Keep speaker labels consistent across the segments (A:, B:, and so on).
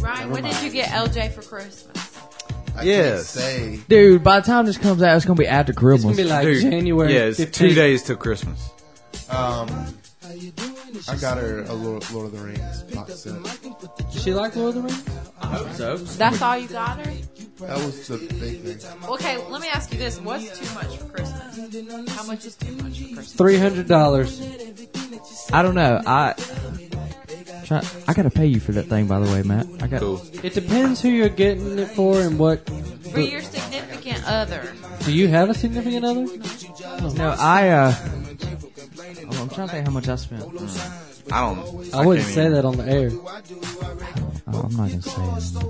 A: Ryan, what did you get LJ for Christmas?
B: I
C: Yes.
B: can't say.
D: Dude, by the time this comes out, it's gonna be after
E: It's gonna
D: Christmas.
E: be like
C: Dude,
E: January.
C: Yeah, it's
E: 15th.
C: two days till Christmas.
B: Um, I got her a Lord, Lord of the Rings box set.
E: She like Lord of the Rings?
C: I hope so.
A: That's all you got her?
B: That was the big thing.
A: Okay, let me ask you this. What's too much for Christmas? How much is too much for Christmas?
E: Three hundred dollars.
D: I don't know. I try, I gotta pay you for that thing, by the way, Matt. I got.
C: Cool.
E: It depends who you're getting it for and what.
A: For your significant other.
E: Do you have a significant other?
D: No, I. uh oh, I'm trying to think how much I spent.
C: I don't.
E: I wouldn't
C: can't
E: say
C: even-
E: that on the air.
D: Oh, I'm not gonna say. It.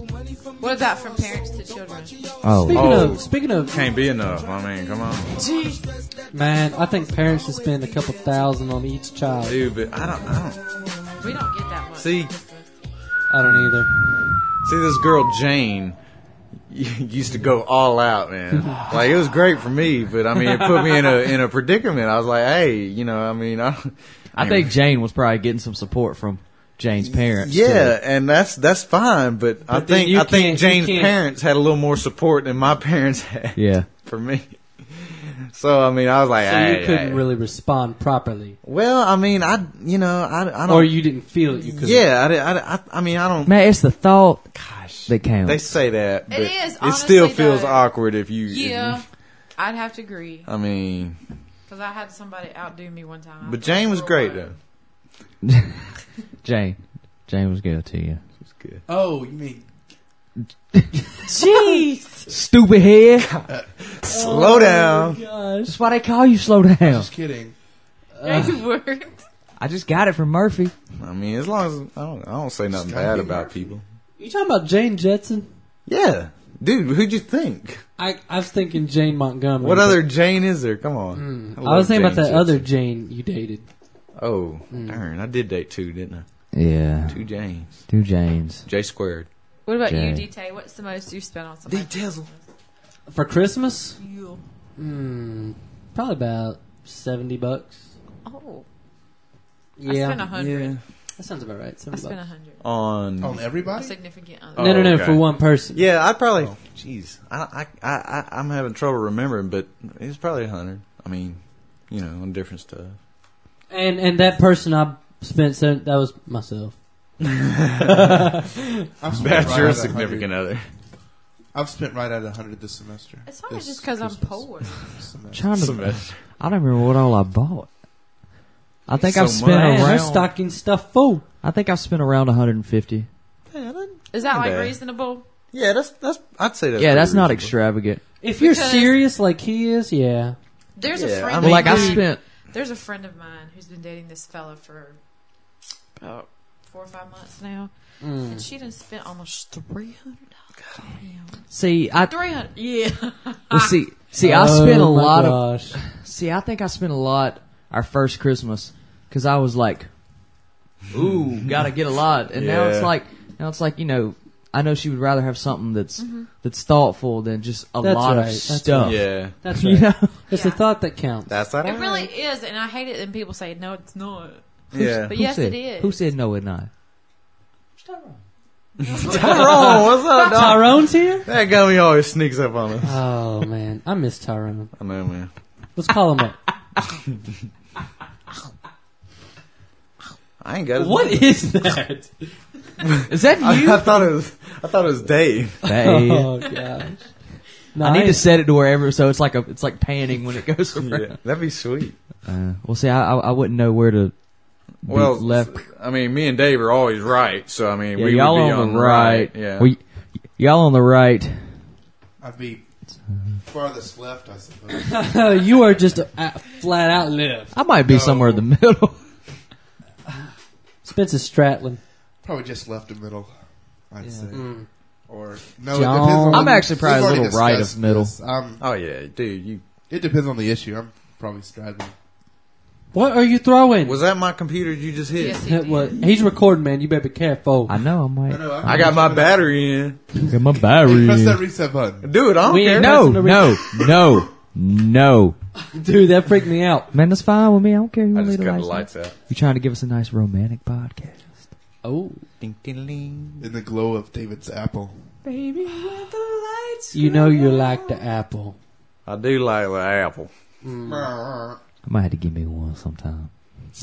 A: What about from parents to children?
D: Oh,
E: Speaking
C: Oh.
E: of, speaking of,
C: Can't be enough. I mean, come on,
E: man, I think parents should spend a couple thousand on each child.
C: dude. But I don't. I don't
A: We don't get that much.
C: see.
E: I don't either.
C: See this girl Jane used to go all out, man. Like it was great for me, but I mean it put me in a in a predicament. I was like, hey, you know, I mean, I,
D: I think Jane was probably getting some support from Jane's parents. too.
C: yeah, and that's that's fine, but, I
E: But then
C: think
E: you
C: I think
E: can't- you
C: Jane's
E: can't-
C: parents had a little more support than my parents had
D: yeah.
C: for me. So I mean, I was like,
E: So
C: hey,
E: you couldn't
C: hey.
E: really respond properly,
C: well, I mean, I you know, I I don't.
E: or you didn't feel it. You could.
C: yeah, I, di- I, di- I, I mean, I don't.
D: Man, it's the thought
C: Gosh,
D: that counts.
C: they say that, but
A: It is,
C: it still
A: honestly,
C: feels
A: though.
C: awkward if you. if you-
A: Yeah,
C: mm-hmm.
A: I'd have to agree.
C: I mean,
A: Because I had somebody outdo me one time.
C: but Jane was great though.
D: Jane. Jane was good to you.
C: It's good.
B: Oh, you mean
A: Jeez!
D: Stupid head.
E: Uh,
C: Slow down.
E: Oh Gosh.
D: That's why they call you slow down.
B: just kidding?
C: Uh-huh.
A: They were.
D: I just got it from Murphy.
C: I mean, as long as I don't, I don't say nothing
B: gotta
C: bad
B: be
C: about
B: Murphy.
C: people.
E: You talking about Jane Jetson?
C: Yeah, dude, who'd you think?
E: I, I was thinking Jane Montgomery.
C: What
E: but- Hmm.
C: other Jane is there? Come on.
E: I was
C: love
E: thinking about
C: Jane
E: that other
C: Jetson.
E: Jane you dated.
C: Oh, darn! I did date two, didn't
D: Yeah.
C: I? Two Janes,
D: Two Janes.
C: J squared.
A: What about
D: Jane.
A: you, DT? What's the most you spent on somebody?
C: Details.
E: For Christmas,
A: You.
E: mm, probably about 70 bucks.
A: Oh, I
E: Yeah.
A: spent a hundred.
C: Yeah.
E: that sounds about right. 70
A: I spent a
E: bucks.
A: hundred.
C: On.
B: On
A: A
B: everybody?
A: significant other.
C: Oh.
E: No, no, no,
C: okay.
E: for one person.
C: Yeah, I probably. Oh, Jeez, I, I, I, I, I'm having trouble remembering, but it's probably a hundred. I mean, you know, on different stuff.
E: And and that person I spent, seven, that was myself.
B: I've spent
C: That's
B: right
C: your
B: at a
C: significant
B: hundred-
C: other.
B: I've spent right at a hundred this semester.
A: It's probably
B: This
A: just because I'm
B: Christmas
A: poor.
B: semester.
D: Trying to,
C: Semester.
D: I don't remember what all I bought. I think
C: So
D: I've spent
C: much.
E: Man,
D: around.
E: her stocking stuff full.
D: I think I've spent around 150.
C: Yeah, that-
A: Is that
C: Not
A: like
C: bad.
A: reasonable?
C: yeah, that's that's. I'd say that's
D: yeah, that's
C: pretty reasonable.
D: not extravagant.
E: If you're
A: Because-
E: serious like he is, yeah.
A: There's
C: Yeah,
A: a friend.
C: I
A: of
C: mean,
D: like I
A: mine-
D: spent.
A: There's a friend of mine who's been dating this fella for about four or five months now,
D: Mm.
A: and she done spent almost three hundred dollars.
D: See, I
A: Three hundred, yeah.
D: well, see, see, I spent a
E: Oh, my
D: lot of
E: gosh.
D: See, I think I spent a lot our first Christmas because I was like, "Ooh, gotta get a lot," and now it's
C: Yeah.
D: like, now it's like you know, I know she would rather have something that's
A: Mm-hmm.
D: that's thoughtful than just a
E: That's
D: lot
E: right,
D: of
E: that's
D: stuff.
C: Yeah,
E: That's
D: You
E: right.
D: know,
E: It's
A: Yeah.
E: the thought that counts.
C: that's that.
A: It really is, and I hate it when people say no, it's not.
C: Yeah.
A: But
D: Who
A: yes,
D: said,
A: it is.
D: Who said no? It not.
C: Tyrone, what's up, dog?
E: Tyrone's here?
C: That gummy always sneaks up on us.
E: Oh, man. I miss Tyrone.
C: I know, man.
E: Let's call him up.
C: I ain't got his
E: What is that?
D: Is that
C: I,
D: you?
C: I thought it was. I thought it was Dave.
D: Hey.
E: Oh gosh.
D: I need to set it to wherever, so it's like a, it's like panning when it goes around.
C: Yeah, that'd be sweet.
D: Uh, well, see, I, I, I wouldn't know where to. be
C: Well,
D: left.
C: I mean, me and Dave are always right, so I mean,
D: Yeah,
C: we
D: y'all
C: would be
D: on, the right.
C: Yeah,
D: Well, y- y'all on the right.
B: I'd be farthest left, I suppose.
E: you are just uh, flat out left.
D: I might be
B: No.
D: somewhere in the middle.
E: Spencer Stratland.
B: Probably just left of middle, I'd say. Or no,
E: John.
B: it depends on.
D: Mm. I'm actually probably a
B: We've already
D: little right of
B: discussed
D: middle.
B: this. Um,
C: oh yeah, dude, you
B: it depends on the issue. I'm probably straddling
E: What are you throwing?
C: Was that my computer you just hit?
A: Yes, he
E: That
A: did.
E: was- he's recording, man. You better be careful.
D: I know. I'm like,
B: know,
C: I got my battery in.
D: get my
B: Hey,
D: battery.
B: press that reset button.
C: Dude, I don't
E: We
C: care.
E: ain't
D: No,
E: Pressing the re-
D: no, no, no.
E: Dude, that freaked me out.
D: Man, that's fine with me. I don't care who
C: I
D: leave
C: just
D: the
C: cut
D: lights.
C: the lights out.
D: You trying to give us a nice romantic podcast?
E: Oh,
C: Ding, ding, ding.
B: In the glow of David's apple.
A: Baby with the lights.
E: you know you like the apple.
C: I do like the apple.
D: I might have to give me one sometime.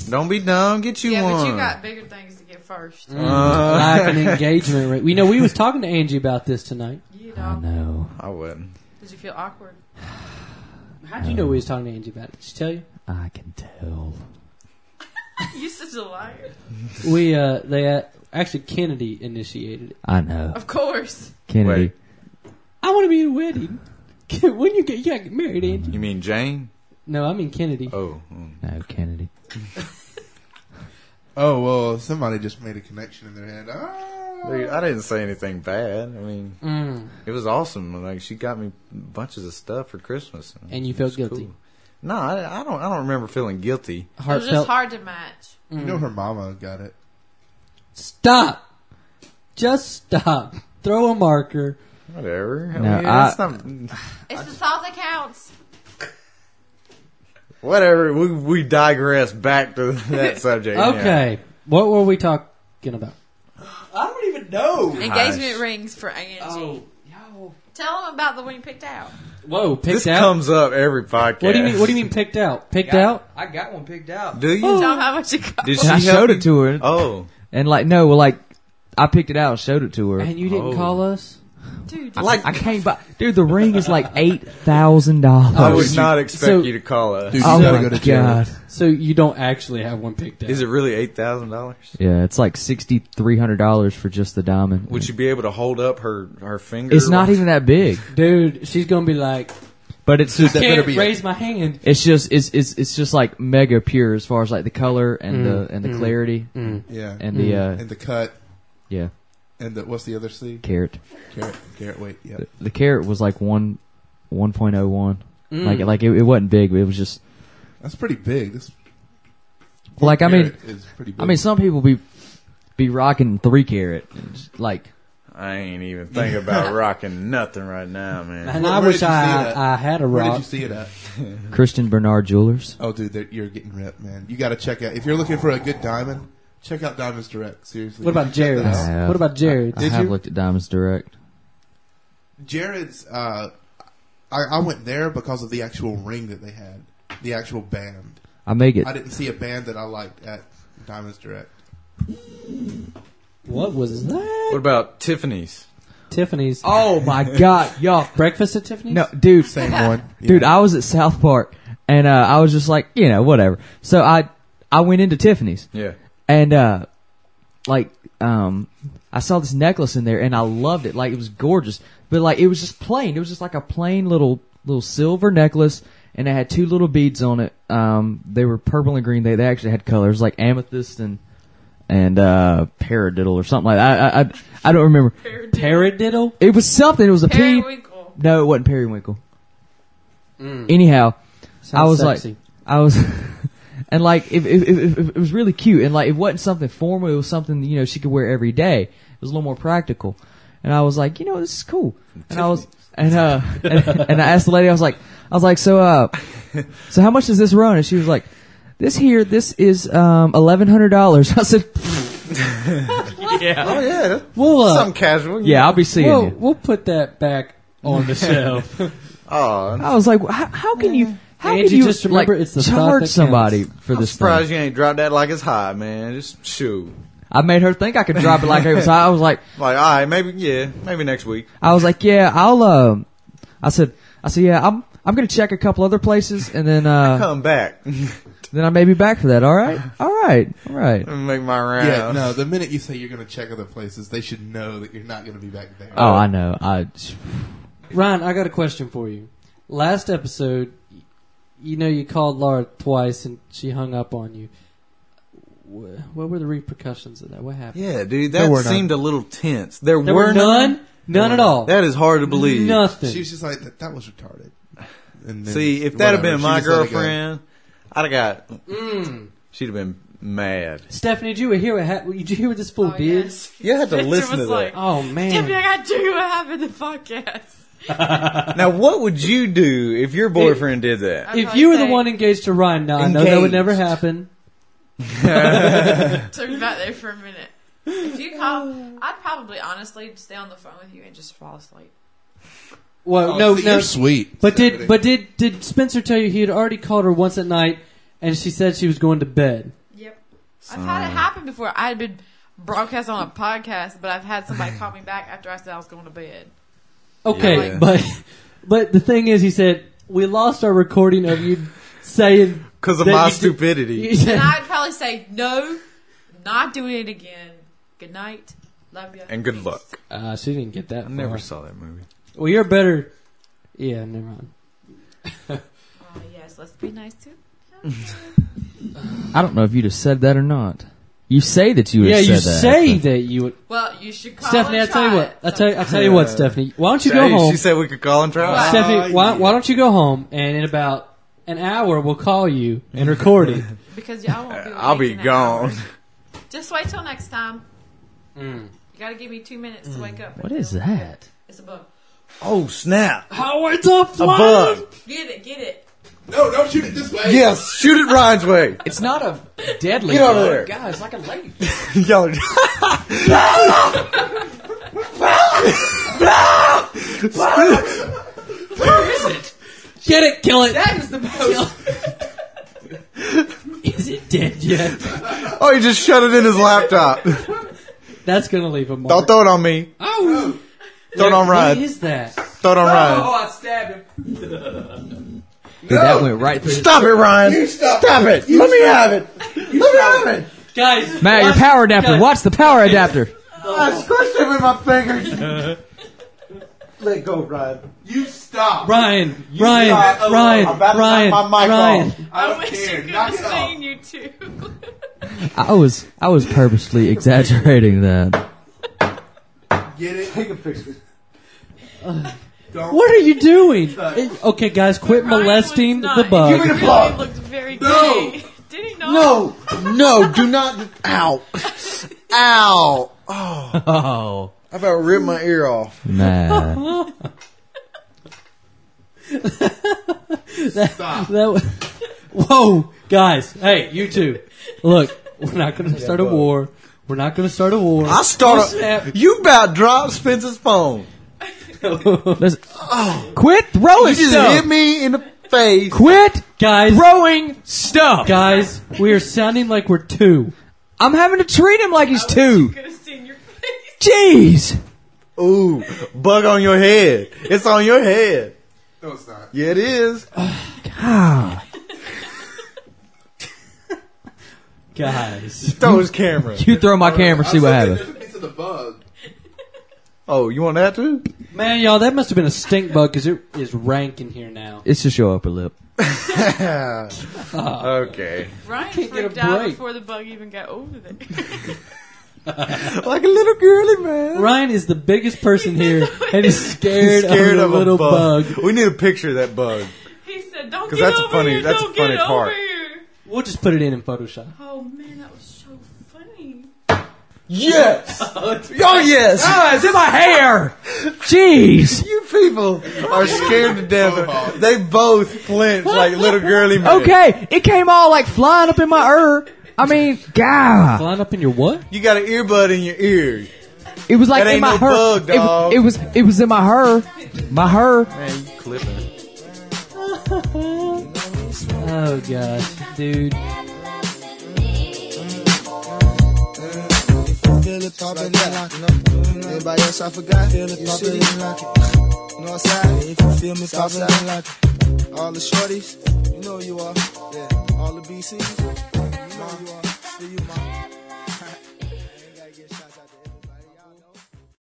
C: Don't be dumb. Get you
A: Yeah,
C: one.
A: but you got bigger things to get first.
E: Mm.
C: Uh,
E: Like an engagement ring. You know, we was talking to Angie about this tonight.
A: You
D: I
A: know.
D: know.
C: I wouldn't.
A: Did you feel awkward?
E: How'd you know we was talking to Angie about it? Did she tell you?
D: I can tell.
A: you such a liar.
E: We uh, they uh, actually Kennedy initiated it.
D: I know.
A: Of course.
D: Kennedy.
C: Wait.
E: I want to be in a wedding. when you get you gotta get married, Angie?
C: You mean Jane?
E: No, I mean Kennedy.
C: Oh. mm.
D: No, Kennedy.
B: Oh, well, somebody just made a connection in their head. Ah.
C: Dude, I didn't say anything bad. I mean,
E: Mm.
C: it was awesome. Like she got me bunches of stuff for Christmas.
E: And you
C: It
E: felt
C: was
E: guilty.
C: cool. No, I, I don't. I don't remember feeling guilty.
A: It was just
E: Heartfelt.
A: hard to match.
B: You know her mama got it.
E: Stop. Just stop. Throw a marker.
C: Whatever. I
D: No,
C: mean,
D: I-
C: that's not-
A: It's the thought that counts.
C: whatever. We we digress back to that subject. yeah.
E: Okay. What were we talking about? I don't even know.
A: Engagement rings for Angie.
E: Oh, yo.
A: Tell them about the one you picked out.
E: Whoa, picked
C: This
E: out.
C: comes up every podcast.
E: what do you mean? What do you mean picked out? Picked out?
D: I got one picked out.
C: Do you?
A: Tell them how much Oh. it cost.
C: Did
D: And I
C: help
D: showed
C: you?
D: it to her.
C: Oh,
D: And like, no, well, like, I picked it out and showed it to her.
E: And you
C: Oh.
E: didn't call us?
A: Dude,
D: I, like, I can't buy. Dude, the ring is like eight thousand
C: I
D: dollars.
C: would not expect
E: so-
C: you to call us.
B: Dude,
D: Oh
B: you gotta
D: my
B: go to jail.
D: god.
E: So you don't actually have one picked out.
C: Is it really eight thousand dollars?
D: Yeah, it's like sixty three hundred dollars for just the diamond.
C: Would you be able to hold up her her finger?
D: It's not even that big,
E: Dude, she's gonna be like,
D: but it's just
B: That better
E: can't
B: be it.
E: raise my hand.
D: it's just it's it's it's just like mega pure as far as like the color and the and the
B: Mm.
D: clarity
B: Yeah.
D: and the uh
B: And the cut.
D: yeah
B: And the, what's the other C?
D: carrot.
B: Garrett. Garrett, wait. Yeah.
D: The, the carrot was like one one point oh one.
B: Mm.
D: Like like it, it wasn't big, but it was just
B: That's pretty big. This
D: like I mean
B: Garrett is pretty big.
D: I mean some people be be rocking three carat It's like
C: I ain't even thinking about rocking nothing right now, man.
E: And
B: Where-
E: I
B: where
E: wish
B: did you see
E: I
B: that?
E: I had a
B: where did
E: rock.
B: you see it at?
D: Christian Bernard Jewelers.
B: Oh, dude, they're- you're getting ripped, man. You got to check out. If you're looking for a good diamond, check out Diamonds Direct. Seriously.
E: What about Jared's?
D: I have-
E: What about Jared's?
D: I,
B: Did
D: have
B: you?
D: looked at Diamonds Direct.
B: Jared's? Uh, I, I went there because of the actual ring that they had, the actual band.
D: I may get
B: I didn't see a band that I liked at Diamonds Direct.
E: What was that?
C: What about Tiffany's?
E: Tiffany's.
D: Oh my god, y'all.
E: Breakfast at Tiffany's?
D: No, dude,
B: Same one,
D: dude, I was at South Park and uh, I was just like, you know, whatever. So I I went into Tiffany's
C: Yeah.
D: and uh like um I saw this necklace in there and I loved it. Like it was gorgeous. But like it was just plain. It was just like a plain little little silver necklace and it had two little beads on it. Um they were purple and green. They they actually had colors like amethyst and and uh paradiddle or something like that. I I I, I don't remember.
E: Paradiddle?
D: It was something. It was a pea.
A: Periwinkle.
D: No, it wasn't periwinkle. Anyhow, I was like, I was, and like, it, it, it, it- it was really cute, and like, it wasn't something formal. It was something you know she could wear every day. It was a little more practical, and I was like, you know, this is cool. And I was, and uh, and, and I asked the lady, I was like, I was like, so uh, so how much does this run? And she was like, this here, this is um eleven hundred dollars. I said,
C: Oh yeah.
E: we'll, uh,
C: Something casual. you
D: yeah, I'll be seeing
E: we'll,
D: you.
E: we'll put that back on the shelf.
C: Oh,
D: I was like, how, how can you? How
E: Angie,
D: can you
E: just remember
D: like,
E: it's the thought that
D: charge
E: counts.
D: somebody for
C: I'm
D: this? thing?
C: surprised you ain't dropped that like it's hot, man. Just shoot.
D: I made her think I could drop it like it was hot. I was like,
C: Like, all right, maybe, yeah, maybe next week.
D: I was like, yeah, I'll. Um, I said, I said, yeah, I'm. I'm gonna check a couple other places and then uh,
C: Come back.
D: then I may be back for that. All right, all right, all right.
C: Make my rounds.
B: Yeah, no. The minute you say you're going to check other places, they should know that you're not going to be back there.
D: Oh, I know. I
E: Ryan, I got a question for you. Last episode, you know, you called Laura twice and she hung up on you. Wh- What were the repercussions of that? What happened?
C: Yeah, dude,
B: There
C: that
B: were none.
C: seemed a little tense. There,
E: There were none? None, at all.
C: That is hard to believe.
E: Nothing.
B: She was just like, that, that was retarded. And then
C: See, if that had
B: whatever,
C: been
B: she
C: my
B: just let it go.
C: girlfriend, I'd have got.
E: Mm.
C: She'd have been mad.
E: Stephanie, did you hear what hap- Did you hear what this fool
A: Oh,
E: did?
A: yes.
C: You had to
A: Victor
C: listen
A: was
C: to that.
A: like,
E: Oh man!
A: Stephanie, I got to do what happened in the podcast.
C: Now, what would you do if your boyfriend did that?
A: I'd
E: if
A: probably
E: you were the
A: say,
E: one engaged to Ryan, now I know that
C: Engaged.
E: would never happen.
A: took me back there for a minute. If you call, I'd probably honestly stay on the phone with you and just fall asleep.
E: Well,
B: Oh,
E: no,
B: see,
E: no.
B: you're sweet.
E: But
B: Stephanie.
E: did but did did Spencer tell you he had already called her once at night, and she said she was going to bed?
A: Yep. I've had it happen before. I had been broadcast on a podcast, but I've had somebody call me back after I said I was going to bed.
E: Okay,
C: Yeah.
E: but but the thing is, he said we lost our recording of you saying
C: Because of
E: that
C: my
E: you did-
C: stupidity.
E: you said-
A: And I'd probably say, no, not doing it again. Good night. Love you.
C: And good luck.
E: Uh, she didn't get that.
C: I never
E: far.
C: saw that movie.
E: Well, you're better. Yeah, never mind.
A: Oh, yes, let's be nice to
D: I don't know if you'd have said that or not. You say that you would
E: yeah,
D: have said
E: you
D: that.
E: say that you would.
A: Well, you should call
E: Stephanie, I
A: and
E: tell
A: try
E: you what.
A: it.
E: I tell I tell you what,
C: Yeah.
E: Stephanie. Why don't you
C: Hey,
E: go home?
C: She said we could call and try.
A: Wow.
E: Stephanie, why,
B: yeah.
E: why don't you go home and in about an hour we'll call you and record it.
A: Because y'all won't be
C: Uh, I'll be
A: awake in an hour.
C: gone.
A: Just wait till next time.
E: Mm.
A: You gotta give me two minutes to wake up.
D: What is that?
A: It's a bug.
C: Oh, snap.
E: Oh, it's a
C: A bug.
A: Get it, get it.
B: No, don't shoot it this way.
C: Yes, shoot it Ryan's way.
D: It's not a deadly
C: Get over bug. there.
D: God, it's like a lady.
C: Y'all are-
E: Get it, kill it.
A: That is the most.
E: Is it dead yet?
C: Oh, he just shut it in his laptop.
E: That's gonna leave a mark.
C: Don't throw it on me.
E: oh,
C: Throw it on
E: what
C: Ryan.
E: is that?
C: Throw it on
A: Oh,
C: Ryan.
B: I stabbed him.
D: that went right through. his-
C: Stop it, Ryan.
B: You stop.
C: it.
B: You
C: Let me
B: stop.
C: have it. Let me have it.
E: Guys,
D: Matt, your
E: watch-
D: power adapter.
E: guys,
D: Watch the power adapter.
C: I squished it with my fingers. Let go, Ryan.
B: You stop.
E: Ryan,
B: You
E: Ryan,
B: stop. I'm
E: Ryan,
C: about to
E: Ryan,
C: knock my mic
E: Ryan.
C: off.
B: I don't
A: wish
B: care.
A: you could
B: Knock
A: have
B: it off.
A: seen you two.
D: I was I was purposely exaggerating that.
B: Get it. Take a picture. Don't.
E: What are you doing? It- Okay, guys, quit molesting the
A: He
E: bug.
A: really
C: bug.
A: looked very
B: No.
A: gay. Did he not?
C: No, no, do not. Ow. Ow.
D: Oh,
C: I about ripped my ear off.
D: Matt.
B: Stop.
E: That was- Whoa, guys, hey, you two. Look, we're not gonna start a war. We're not gonna start a war.
C: I
E: Oh, snap.
C: started. You about dropped Spencer's phone.
D: Listen, quit throwing
C: You just
D: stuff.
C: hit me in the face.
D: Quit
E: Guys,
D: throwing stuff.
E: guys, we are sounding like we're two.
D: I'm having to treat him like he's
A: You
D: two.
A: could have seen your face.
D: Jeez.
C: Ooh, bug on your head. It's on your head.
B: No, it's not.
C: Yeah, it is.
D: Ah,
E: Guys,
C: Throw his camera.
D: you throw my camera, see what
B: I said
D: happens.
B: There's a piece of the bug.
C: Oh, you want that too?
E: man, y'all, that must have been a stink bug because it is rank in here now.
D: It's just your upper lip.
C: okay.
A: Ryan
E: can't get a
A: freaked out
E: break.
A: before the bug even got over there.
C: Like a little girly man.
E: Ryan is the biggest person here and is scared,
C: Scared
E: of,
C: of a
E: the little bug.
C: bug. We need a picture of that bug.
A: he said, "Don't get
C: 'Cause that's a
A: over
C: funny-
A: here.
C: that's a
A: Don't get
C: funny
A: over
C: part.
A: here."
E: We'll just put it in in Photoshop.
A: Oh man, that was so funny.
C: Yes. oh yes.
D: Ah, it's in my hair. Jeez.
C: You people are scared to death. of- They both flinch like little girly men.
D: Okay, it came all like flying up in my ear. I mean, God,
E: Line up in your what?
C: You got an earbud in your ear.
D: it was like
C: That
D: in
C: ain't
D: my
C: no
D: hair.
C: bug,
D: It-
C: dog.
D: It, was it was in my hair, my hair.
C: Man, you clipping.
E: Oh gosh, dude.
F: Feel it poppin' and lockin' Everybody else I forgot. Feel it poppin' and lockin'. Northside, if you feel me, poppin' and lockin'. All the shorties, you know you are. Yeah. All the BCs, you know you are. Still you, ma.